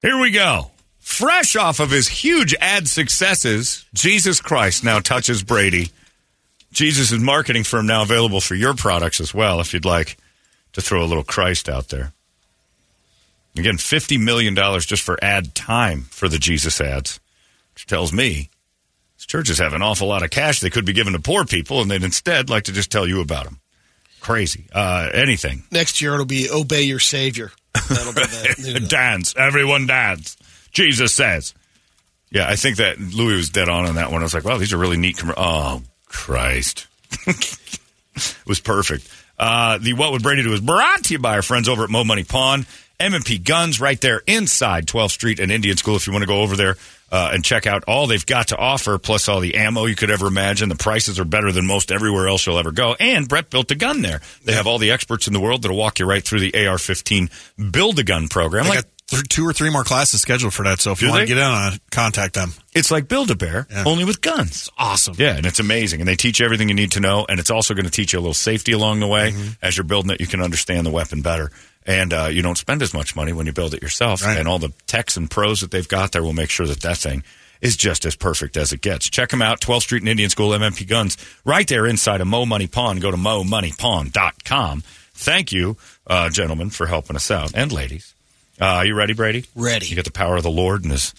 Here we go. Fresh off of his huge ad successes, Jesus Christ now touches Brady. Jesus' marketing firm now available for your products as well, if you'd like to throw a little Christ out there. Again, $50 million just for ad time for the Jesus ads, which tells me these churches have an awful lot of cash they could be giving to poor people, and they'd instead like to just tell you about them. Crazy. Uh, anything. Next year it'll be obey your savior. That'll be the new- dance. Everyone dance. Jesus says. Yeah, I think that Louis was dead on on that one. I was like, wow, these are really neat. Com- oh, Christ. it was perfect. Uh, the What Would Brady Do is brought to you by our friends over at Mo Money Pawn. M&P Guns right there inside 12th Street and Indian School if you want to go over there uh, and check out all they've got to offer, plus all the ammo you could ever imagine. The prices are better than most everywhere else you'll ever go. And Brett built a gun there. They have all the experts in the world that'll walk you right through the AR-15 Build-A-Gun program. I Like, got th- two or three more classes scheduled for that. So if Do you want they? to get in on it, contact them. It's like Build a Bear, Yeah. only with guns. Awesome. Yeah, and it's amazing. And they teach you everything you need to know. And it's also going to teach you a little safety along the way. Mm-hmm. As you're building it, you can understand the weapon better. And uh, you don't spend as much money when you build it yourself. Right. And all the techs and pros that they've got there will make sure that that thing is just as perfect as it gets. Check them out, 12th Street and Indian School, MMP Guns, right there inside of Mo Money Pawn. Go to MoMoneyPawn.com. Thank you, uh, gentlemen, for helping us out. And ladies. Uh, you ready, Brady? Ready. You got the power of the Lord and his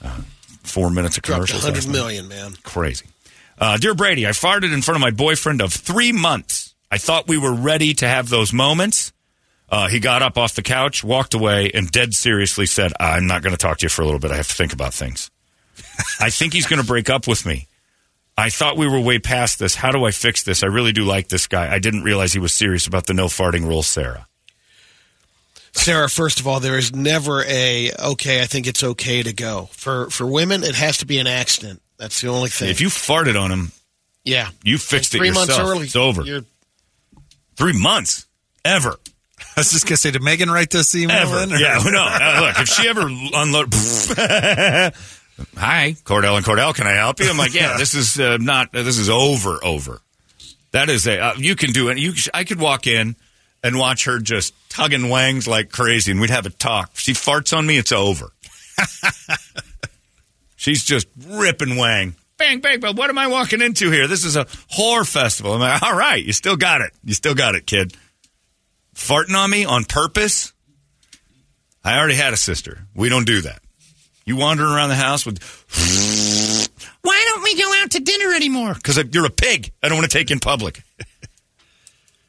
uh, four minutes of dropped commercials. last 100 night million, man. crazy. Uh, Dear Brady, I farted in front of my boyfriend of three months. I thought we were ready to have those moments. Uh, he got up off the couch, walked away, and dead seriously said, I'm not going to talk to you for a little bit. I have to think about things. I think he's going to break up with me. I thought we were way past this. How do I fix this? I really do like this guy. I didn't realize he was serious about the no farting rule, Sarah. Sarah, first of all, there is never a okay, I think it's okay to go. For for women, it has to be an accident. That's the only thing. If you farted on him, yeah. you fixed it Three yourself. months early. It's over. You're, three months. Ever. I was just gonna say, did Megan write this email? Ever. in, or- Yeah, no. Uh, look, if she ever unload. Hi, Cordell and Cordell, can I help you? I'm like, yeah, this is uh, not. this is over, over. That is a. Uh, you can do it. You, I could walk in and watch her just tugging wangs like crazy, and we'd have a talk. If She farts on me, it's over. She's just ripping wang. Bang, bang, but what am I walking into here? This is a whore festival. I'm like, all right, you still got it. You still got it, kid. Farting on me on purpose? I already had a sister. We don't do that. You wandering around the house with, why don't we go out to dinner anymore? Because you're a pig. I don't want to take you in public.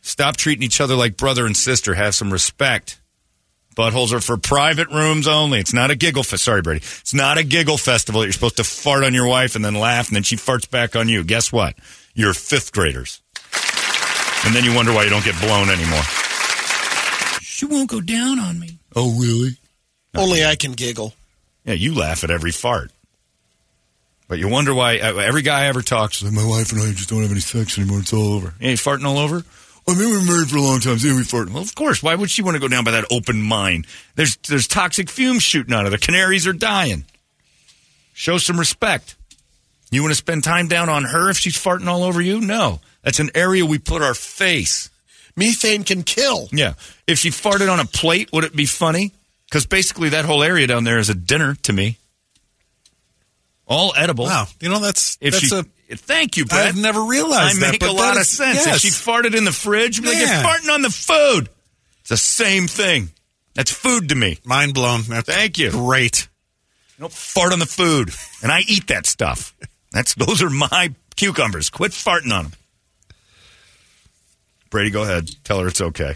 Stop treating each other like brother and sister. Have some respect. Buttholes are for private rooms only. It's not a giggle fest. Sorry, Brady. It's not a giggle festival. that You're supposed to fart on your wife and then laugh, and then she farts back on you. Guess what? You're fifth graders. And then you wonder why you don't get blown anymore. She won't go down on me. Oh, really? only I can giggle. Yeah, you laugh at every fart. But you wonder why uh, every guy I ever talks to, my wife and I just don't have any sex anymore. It's all over. Yeah, you farting all over? I mean, we were married for a long time. So yeah, we farting. Well, of course. Why would she want to go down by that open mine? There's, there's toxic fumes shooting out of there. Canaries are dying. Show some respect. You want to spend time down on her if she's farting all over you? No. That's an area we put our face. Methane can kill. Yeah. If she farted on a plate, would it be funny? Because basically, that whole area down there is a dinner to me. All edible. Wow. You know that's If that's she, a. thank you, Brett. I've never I realized that. make but a that lot of is- sense. If Yes. she farted in the fridge, I'd be like you're Yeah. farting on the food. It's the same thing. That's food to me. Mind blown. That's Thank you. Great. You don't fart on the food, and I eat that stuff. That's those are my cucumbers. Quit farting on them. Brady, go ahead. Tell her it's okay.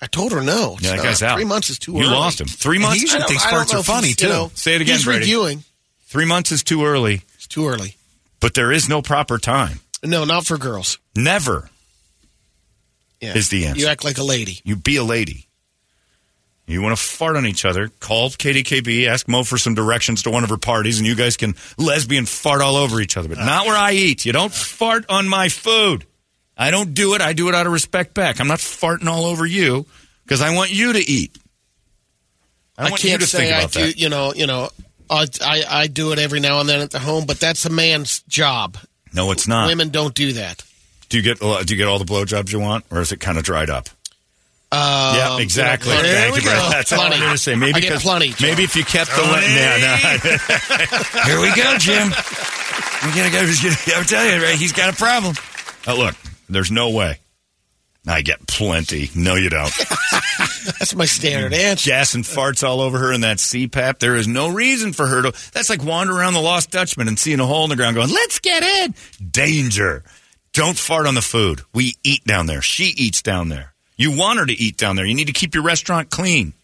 I told her no. It's Yeah, that guy's not. out. Uh, Three months is too You early. lost him. Three And months. he I usually don't- thinks I don't sports know are if he's, funny you too. know, Say it again, He's Brady. reviewing. Three months is too early, It's too early. but there is no proper time. No, not for girls. Never. Yeah. Is the answer. You act like a lady. You be a lady. You want to fart on each other? Call KDKB, ask Mo for some directions to one of her parties, and you guys can lesbian fart all over each other. But not where I eat. You don't fart on my food. I don't do it. I do it out of respect back. I'm not farting all over you because I want you to eat. I, I, want can't you to say think I about do. that. You know. You know. I, I I do it every now and then at the home, but that's a man's job. No, it's not. Women don't do that. Do you get a lot- do you get all the blowjobs you want, or is it kind of dried up? Um, yeah, exactly. There Thank we you, Brad. go. That's all I plenty. wanted to say. Maybe I get 'cause- plenty. John. maybe if you kept the le- yeah, no. Here we go, Jim. We gotta go. just get- I'm telling you, right? He's got a problem. Oh, look, there's no way. I get plenty. No, you don't. that's my standard Mm-hmm. answer. Gas and farts all over her in that CPAP. There is no reason for her to. That's like wandering around the Lost Dutchman and seeing a hole in the ground, going, "Let's get in." Danger. Don't fart on the food. We eat down there. She eats down there. You want her to eat down there. You need to keep your restaurant clean.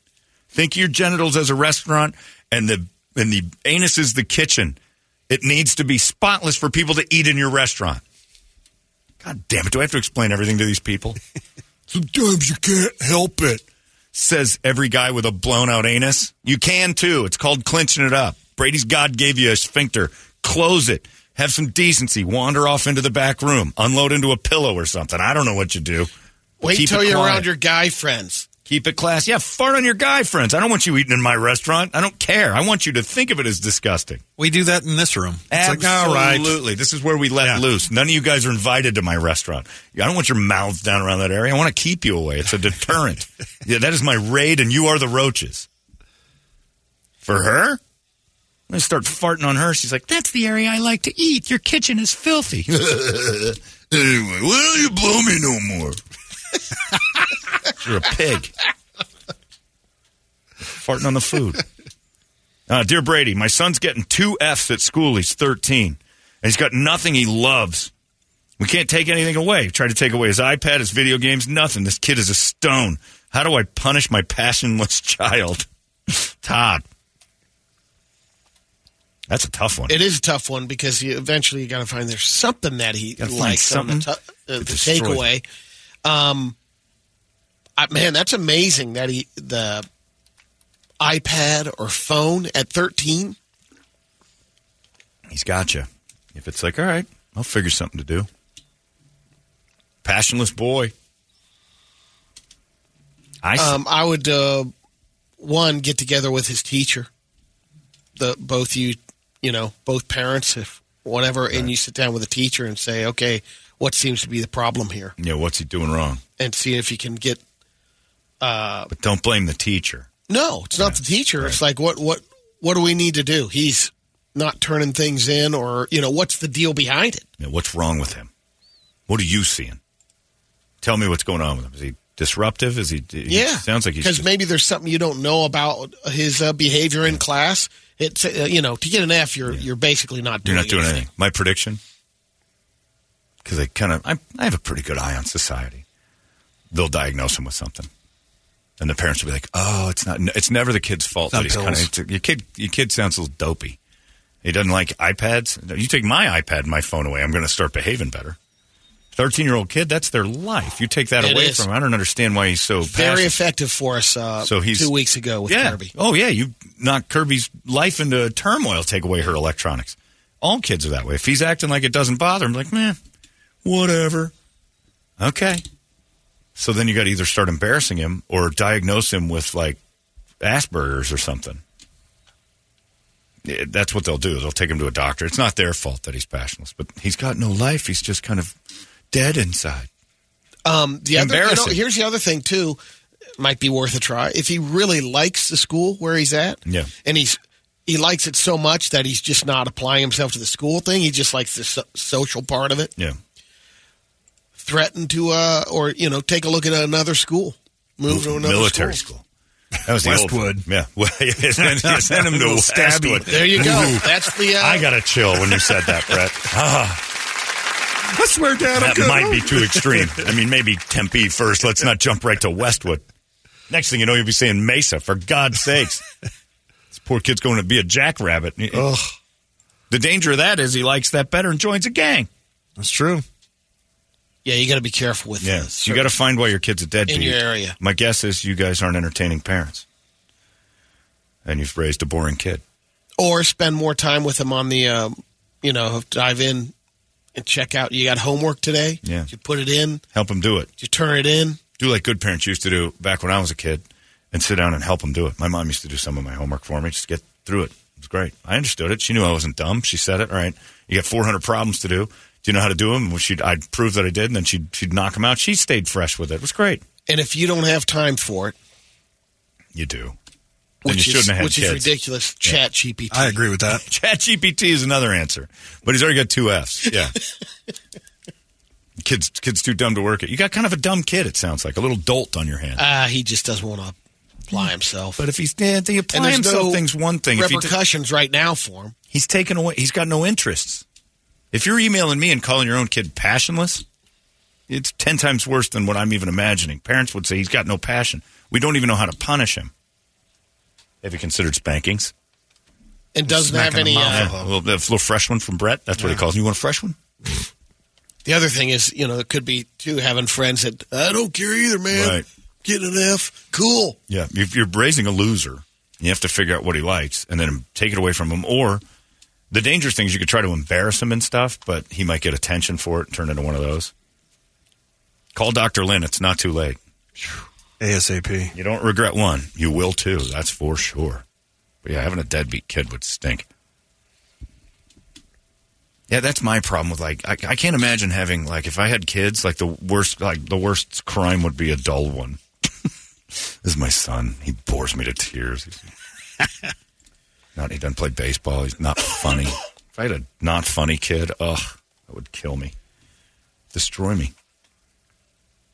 Think of your genitals as a restaurant, and the and the anus is the kitchen. It needs to be spotless for people to eat in your restaurant. God damn it! Do I have to explain everything to these people? Sometimes you can't help it says every guy with a blown out anus. You can too. It's called clinching it up. Brady's God gave you a sphincter. Close it. Have some decency. Wander off into the back room. Unload into a pillow or something. I don't know what you do. Wait Keep till it you're quiet. around your guy friends. Keep it class. Yeah, fart on your guy friends. I don't want you eating in my restaurant. I don't care. I want you to think of it as disgusting. We do that in this room. It's Absolutely. like, all right. This is where we let Yeah. loose. None of you guys are invited to my restaurant. I don't want your mouths down around that area. I want to keep you away. It's a deterrent. yeah, that is my raid, and you are the roaches. For her? I'm going to start farting on her. She's like, that's the area I like to eat. Your kitchen is filthy. anyway, why don't you blow me no more? You're a pig. Farting on the food. Uh, Dear Brady, my son's getting two F's at school. He's 13. And he's got nothing he loves. We can't take anything away. Try to take away his iPad, his video games, nothing. This kid is a stone. How do I punish my passionless child? Todd. That's a tough one. It is a tough one because you, eventually you got to find there's something that he Gotta find likes. on the something tu- uh, the destroy takeaway. Um, I, man, that's amazing that he the iPad or phone at 13. He's got you. If it's like, all right, I'll figure something to do. Passionless boy. I s- Um, I would uh, one get together with his teacher. The both you, you know, both parents, if whatever, and you sit down with a teacher and say, okay, what seems to be the problem here, yeah, what's he doing wrong? and see if you can get. But don't blame the teacher. No, it's not the teacher. It's like what what what do we need to do? He's not turning things in, or you know, what's the deal behind it? You know, what's wrong with him? What are you seeing? Tell me what's going on with him. Is he disruptive? Is he? he Yeah, Sounds like he's. because just- maybe there's something you don't know about his uh, behavior in class. It's uh, you know, to get an F, you're you're basically not you're doing not doing anything. My prediction. Because I kind of, I, I have a pretty good eye on society. They'll diagnose him with something, and the parents will be like, "Oh, it's not. It's never the kid's fault not that he's kind pills. of. Your kid, your kid sounds a little dopey. He doesn't like iPads. You take my iPad, and my phone away, I'm going to start behaving better." Thirteen-year-old kid, that's their life. You take that It away is. from him. I don't understand why he's so very passionate. effective for us. Uh, So he's two weeks ago with yeah. Kirby. Oh yeah, you knock Kirby's life into turmoil. Take away her electronics. All kids are that way. If he's acting like it doesn't bother him, like man, whatever. Okay. So then you got to either start embarrassing him or diagnose him with like Asperger's or something. Yeah, That's what they'll do. They'll take him to a doctor. It's not their fault that he's passionless, but he's got no life. He's just kind of dead inside. Um, the other, you know, Embarrassing. here's the other thing too. Might be worth a try if he really likes the school where he's at. Yeah. and he's he likes it so much that he's just not applying himself to the school thing. He just likes the so- social part of it. Yeah. Threaten to uh, or you know, take a look at another school, move to another military school. school. That was the Westwood. Old, yeah, well, yeah, send, yeah, send him to Little stabby. Westwood. There you go. That's the. Uh, I got a chill when you said that, Brett. I swear, Dad, I'm that good. might be too extreme. I mean, maybe Tempe first. Let's not jump right to Westwood. Next thing you know, you'll be saying Mesa, for God's sakes. this poor kid's going to be a jackrabbit. Oh. Ugh. The danger of that is he likes that better and joins a gang. That's true. Yeah, you got to be careful with Yeah, this. you got to find why your kid's a deadbeat In your area. My guess is you guys aren't entertaining parents, and you've raised a boring kid. or spend more time with them on the, um, you know, dive in and check out. You got homework today? Yeah. Did you put it in? Help him do it. Did you turn it in? Do like good parents used to do back when I was a kid, and sit down and help them do it. My mom used to do some of my homework for me, just to get through it. It was great. I understood it. She knew I wasn't dumb. She said it. All right, you got 400 problems to do. Do you know how to do them? Well, she'd, I'd prove that I did, and then she'd she'd knock them out. She stayed fresh with it. It was great. And if you don't have time for it, You do. Then you which is shouldn't have had which kids. is ridiculous, Chat GPT. I agree with that. ChatGPT is another answer, but he's already got two Fs. Yeah. kids, kids too dumb to work it. You got kind of a dumb kid. It sounds like a little dolt on your hand. Ah, he just doesn't want to apply himself. but if he's yeah, the And apply there's himself no things one thing. If he did- repercussions right now for him. he's taken away. He's got no interests. If you're emailing me and calling your own kid passionless, it's ten times worse than what I'm even imagining. Parents would say he's got no passion. We don't even know how to punish him. Have you considered spankings? And doesn't Smack have in the any. mouth. Uh, Yeah, a, little, a little fresh one from Brett. That's what he calls. him. You want a fresh one? the other thing is, you know, it could be too having friends that I don't care either, man. Right. Getting an F, cool. Yeah, if you're raising a loser, you have to figure out what he likes and then take it away from him. Or the dangerous thing is you could try to embarrass him and stuff, but he might get attention for it and turn into one of those. Call Dr. Lynn. It's not too late. ASAP. You don't regret one. You will two. That's for sure. But yeah, having a deadbeat kid would stink. Yeah, that's my problem with like I, I can't imagine having like if I had kids like the worst like the worst crime would be a dull one. this is my son. He bores me to tears. He's not he doesn't play baseball. He's not funny. if I had a not funny kid, ugh, that would kill me, destroy me.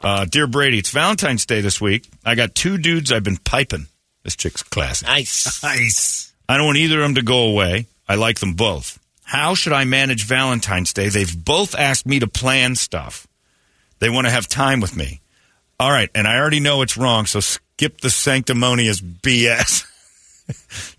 Uh, dear Brady, it's Valentine's Day this week. I got two dudes I've been piping. This chick's classy. Nice. Nice. I don't want either of them to go away. I like them both. How should I manage Valentine's Day? They've both asked me to plan stuff. They want to have time with me. All right, and I already know it's wrong, so skip the sanctimonious BS.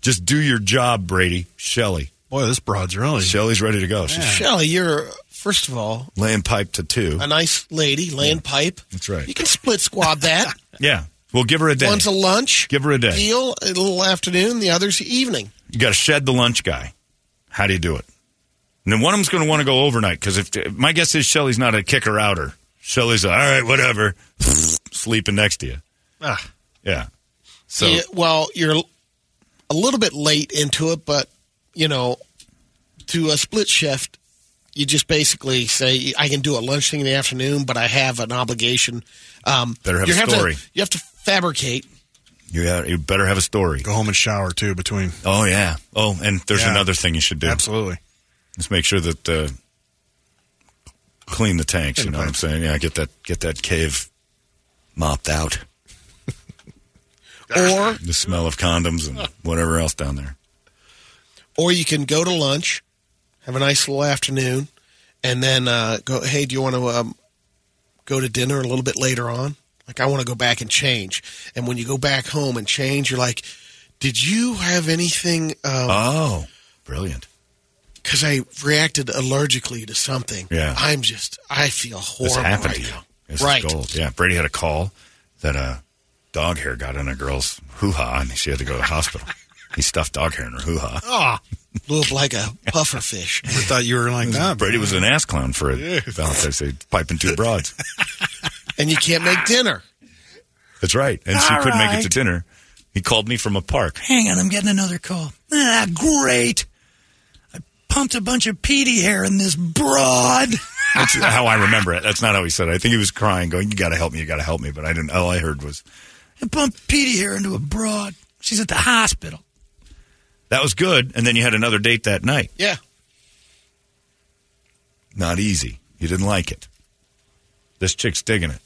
Just do your job, Brady. Shelly. Boy, this broad's really. Shelly's ready to go. She's Shelly, you're first of all laying pipe to two. a nice lady, laying pipe. That's right. You can split squad that. Yeah. We'll give her a day. One's a lunch. Give her a day. Deal a little afternoon. The other's evening. You got to shed the lunch guy. How do you do it? And then one of them's going to want to go overnight because if my guess is Shelly's not a kicker outer. Shelly's all right, whatever, sleeping next to you. Ah. Yeah. So Yeah, well, you're a little bit late into it, but you know, to a split shift, you just basically say, "I can do a lunch thing in the afternoon, but I have an obligation." Um, Better have a you to- story. you have to fabricate. you, ha- you better have a story. Go home and shower too between. Oh yeah. Oh, and there's Yeah. another thing you should do. Absolutely. Just make sure that uh, clean the tanks. You Clean know the what I'm pipes. saying? Yeah. Get that get that cave mopped out. Ah. Or The smell of condoms and whatever else down there. or you can go to lunch, have a nice little afternoon, and then uh, go. Hey, do you want to um, go to dinner a little bit later on? Like, I want to go back and change. And when you go back home and change, you're like, "Did you have anything?" Um, Oh, brilliant. Because I reacted allergically to something. Yeah. I'm just. I feel This horrible happened right to you. now. This is right. gold. Yeah, Brady had a call that uh, dog hair got in a girl's hoo ha, and she had to go to the hospital. he stuffed dog hair in her hoo ha. Blew up like a puffer fish. I thought you were like that. Brady was an ass clown for it. Valentine's Day, piping two broads. and you can't make dinner. That's right. And she couldn't make it to dinner. He called me from a park. Hang on, I'm getting another call. Ah, great. I pumped a bunch of peaty hair in this broad. That's how I remember it. That's not how he said it. I think he was crying, going, "You got to help me! You got to help me!" But I didn't. All I heard was, "I bumped Petey here into a broad. She's at the hospital." That was good. And then you had another date that night. Yeah. Not easy. You didn't like it. This chick's digging it.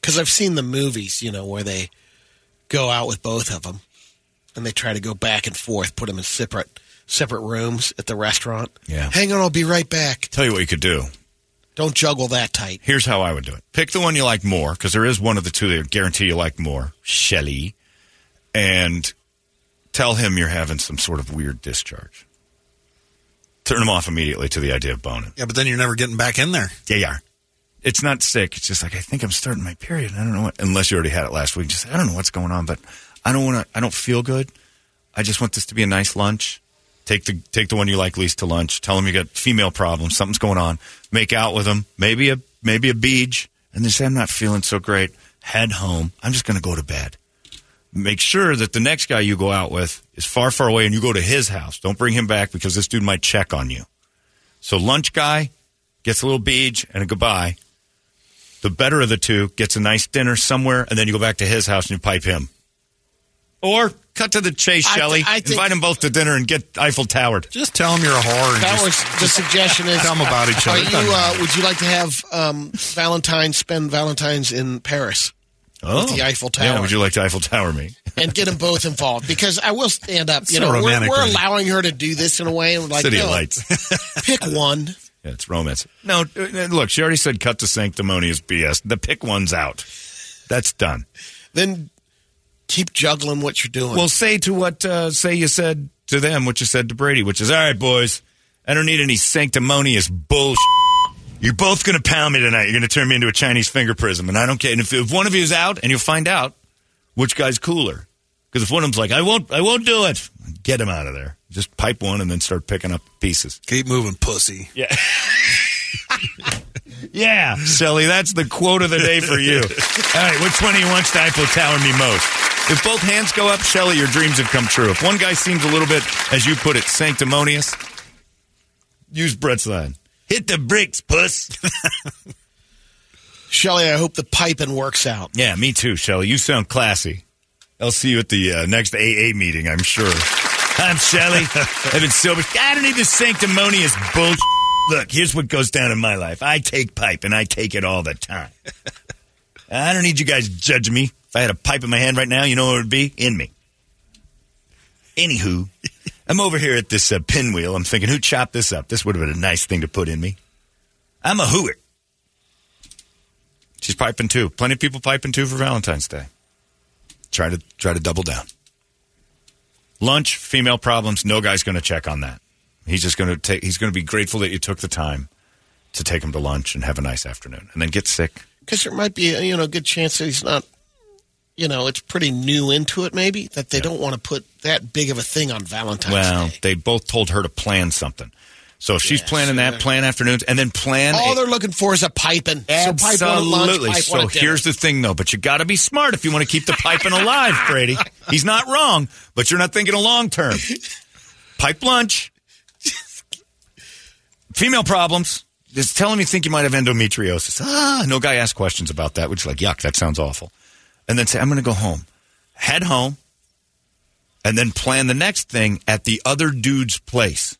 Because I've seen the movies, you know, where they go out with both of them and they try to go back and forth, put them in separate separate rooms at the restaurant. Yeah. Hang on, I'll be right back. Tell you what you could do. Don't juggle that tight. Here's how I would do it. Pick the one you like more, because there is one of the two that I guarantee you like more, Shelly, and tell him you're having some sort of weird discharge. Turn him off immediately to the idea of boning. Yeah, but then you're never getting back in there. Yeah, yeah. It's not sick. It's just like I think I'm starting my period. and I don't know what. Unless you already had it last week, just I don't know what's going on, but I don't want to. I don't feel good. I just want this to be a nice lunch. Take the take the one you like least to lunch. Tell him you got female problems. Something's going on. Make out with him. Maybe a maybe a beach, and then say I'm not feeling so great. Head home. I'm just going to go to bed. Make sure that the next guy you go out with is far, far away, and you go to his house. Don't bring him back because this dude might check on you. So lunch guy gets a little beach and a goodbye. The better of the two gets a nice dinner somewhere, and then you go back to his house and you pipe him. Or cut to the chase, I th- Shelley. I think- Invite them both to dinner and get Eiffel Towered. Just tell them you're a whore. And That just, was the suggestion is tell 'em about each other. Are It doesn't you, uh, would you like to have um, Valentine's spend Valentine's in Paris Oh, the Eiffel Yeah, Tower. would you like to Eiffel Tower me? and get them both involved? Because I will stand up. You So know, we're, romantic we're of you. allowing her to do this in a way. And like, City of no, Lights. pick one. yeah, it's romance. No, uh, look, she already said cut to sanctimonious BS. The pick one's out. That's done. Then keep juggling what you're doing. Well, say to what uh, say you said to them what you said to Brady, which is all right, boys. I don't need any sanctimonious bullshit. You're both going to pound me tonight. You're going to turn me into a Chinese finger prism, and I don't care. And if, if one of you is out, and you'll find out which guy's cooler, because if one of them's like, I won't, I won't do it, get him out of there. Just pipe one, and then start picking up pieces. Keep moving, pussy. Yeah, Shelly, that's the quote of the day for you. All right, which one of you wants to Eiffel Tower me most? If both hands go up, Shelly, your dreams have come true. If one guy seems a little bit, as you put it, sanctimonious, use Brett's line. Hit the bricks, puss. Shelly, I hope the piping works out. yeah, me too, Shelly. You sound classy. I'll see you at the uh, next AA meeting, I'm sure. I'm Shelly. I've been sober. I don't need this sanctimonious bullshit. Look, here's what goes down in my life. I take pipe, and I take it all the time. I don't need you guys judging me. If I had a pipe in my hand right now, you know what it would be? In me. Anywho, I'm over here at this uh, pinwheel. I'm thinking, who chopped this up? This would have been a nice thing to put in me. I'm a hooer. She's piping too. Plenty of people piping too for Valentine's Day. Try to try to double down. Lunch, female problems. No guy's going to check on that. He's just going to take. He's going to be grateful that you took the time to take him to lunch and have a nice afternoon, and then get sick. Because there might be, you know, a good chance that he's not, you know, it's pretty new into it maybe, that they don't want to put that big of a thing on Valentine's Well, Day. they both told her to plan something. So if she's Yeah, planning so that, they're- plan afternoons, and then plan. All a- they're looking for is a piping. So pipe one at lunch, Absolutely. pipe one So at dinner. here's the thing, though. But you got to be smart if you want to keep the piping alive, Brady. He's not wrong, but you're not thinking a long term. Pipe lunch. Female problems. Just tell him you think you might have endometriosis. Ah, no guy asked questions about that, which is like, yuck, that sounds awful. And then say, I'm going to go home. Head home. And then plan the next thing at the other dude's place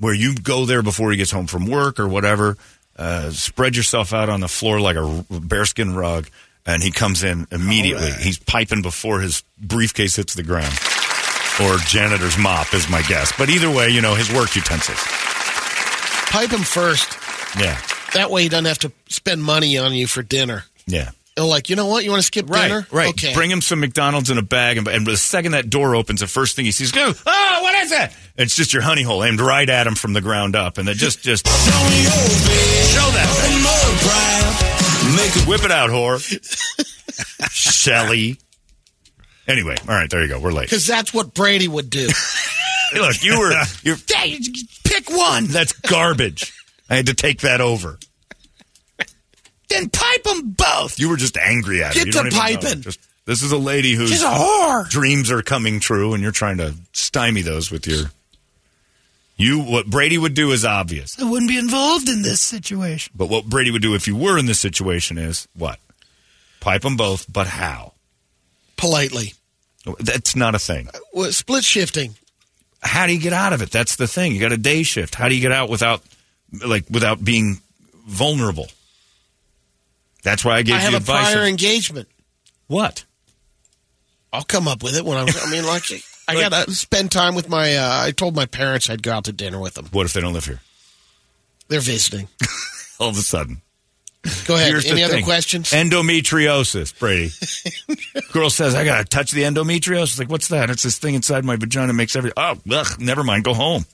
where you go there before he gets home from work or whatever. Uh, spread yourself out on the floor like a r- bearskin rug, and he comes in immediately. He's piping before his briefcase hits the ground, or janitor's mop is my guess. But either way, you know his work utensils. pipe him first. Yeah, That way he doesn't have to spend money on you for dinner. yeah. They're like, you know what? You want to skip Right, dinner? right. Okay. Bring him some McDonald's in a bag, and, and the second that door opens, the first thing he sees, go, oh, what is that? It's just your honey hole aimed right at him from the ground up, and then just, just show that. Whip it out, whore. Shelly. Anyway, all right, there you go. We're late. Because that's what Brady would do. Hey, look, you were you're, Hey, pick one. That's garbage. I had to take that over. Then pipe them both. You were just angry at her. Get You don't to even know. piping. Just- this is a lady whose whore. dreams are coming true, and you're trying to stymie those with your You, what Brady would do is obvious. I wouldn't be involved in this situation. But what Brady would do if you were in this situation is what? Pipe them both, but how? politely. That's not a thing. Well, split shifting. How do you get out of it? That's the thing. You got a day shift. How do you get out without, like, without being vulnerable? That's why I gave I have you a advice. prior of- engagement. what? I'll come up with it when I'm. I mean, like I gotta spend time with my. Uh, I told my parents I'd go out to dinner with them. What if they don't live here? They're visiting. All of a sudden. Go ahead. Here's the Any other thing. questions? Endometriosis, Brady. Girl says, I got to touch the endometriosis. Like, what's that? It's this thing inside my vagina makes every. Oh, ugh, never mind. Go home.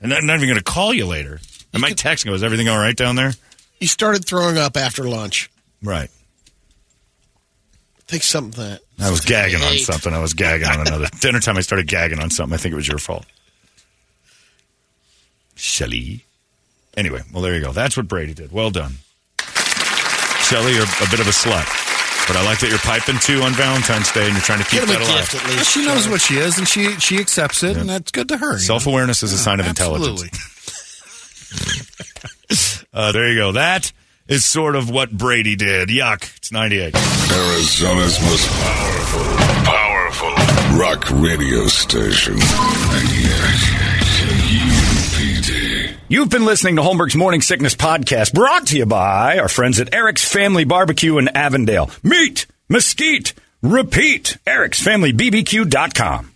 And I'm not even going to call you later. I might text you. Is everything all right down there? you started throwing up after lunch. Right. Take something that. I was gagging on Eight. something. I was gagging on another. Dinner time, I started gagging on something. I think it was your fault. Shelly. Anyway, well, there you go. That's what Brady did. Well done. Shelly, you're a bit of a slut. But I like that you're piping too on Valentine's Day and you're trying to keep Get them that a alive. gift at Yeah, least. she knows what she is, and she she accepts it, and that's good to her. you know? Self awareness is a sign of intelligence. Absolutely. Uh, there you go. That is sort of what Brady did. Yuck. It's 98. Arizona's most powerful, powerful rock radio station. 98 UPD. You've been listening to Holmberg's Morning Sickness Podcast, brought to you by our friends at Eric's Family Barbecue in Avondale. Meet, mesquite, repeat. Eric'sFamilyBBQ.com.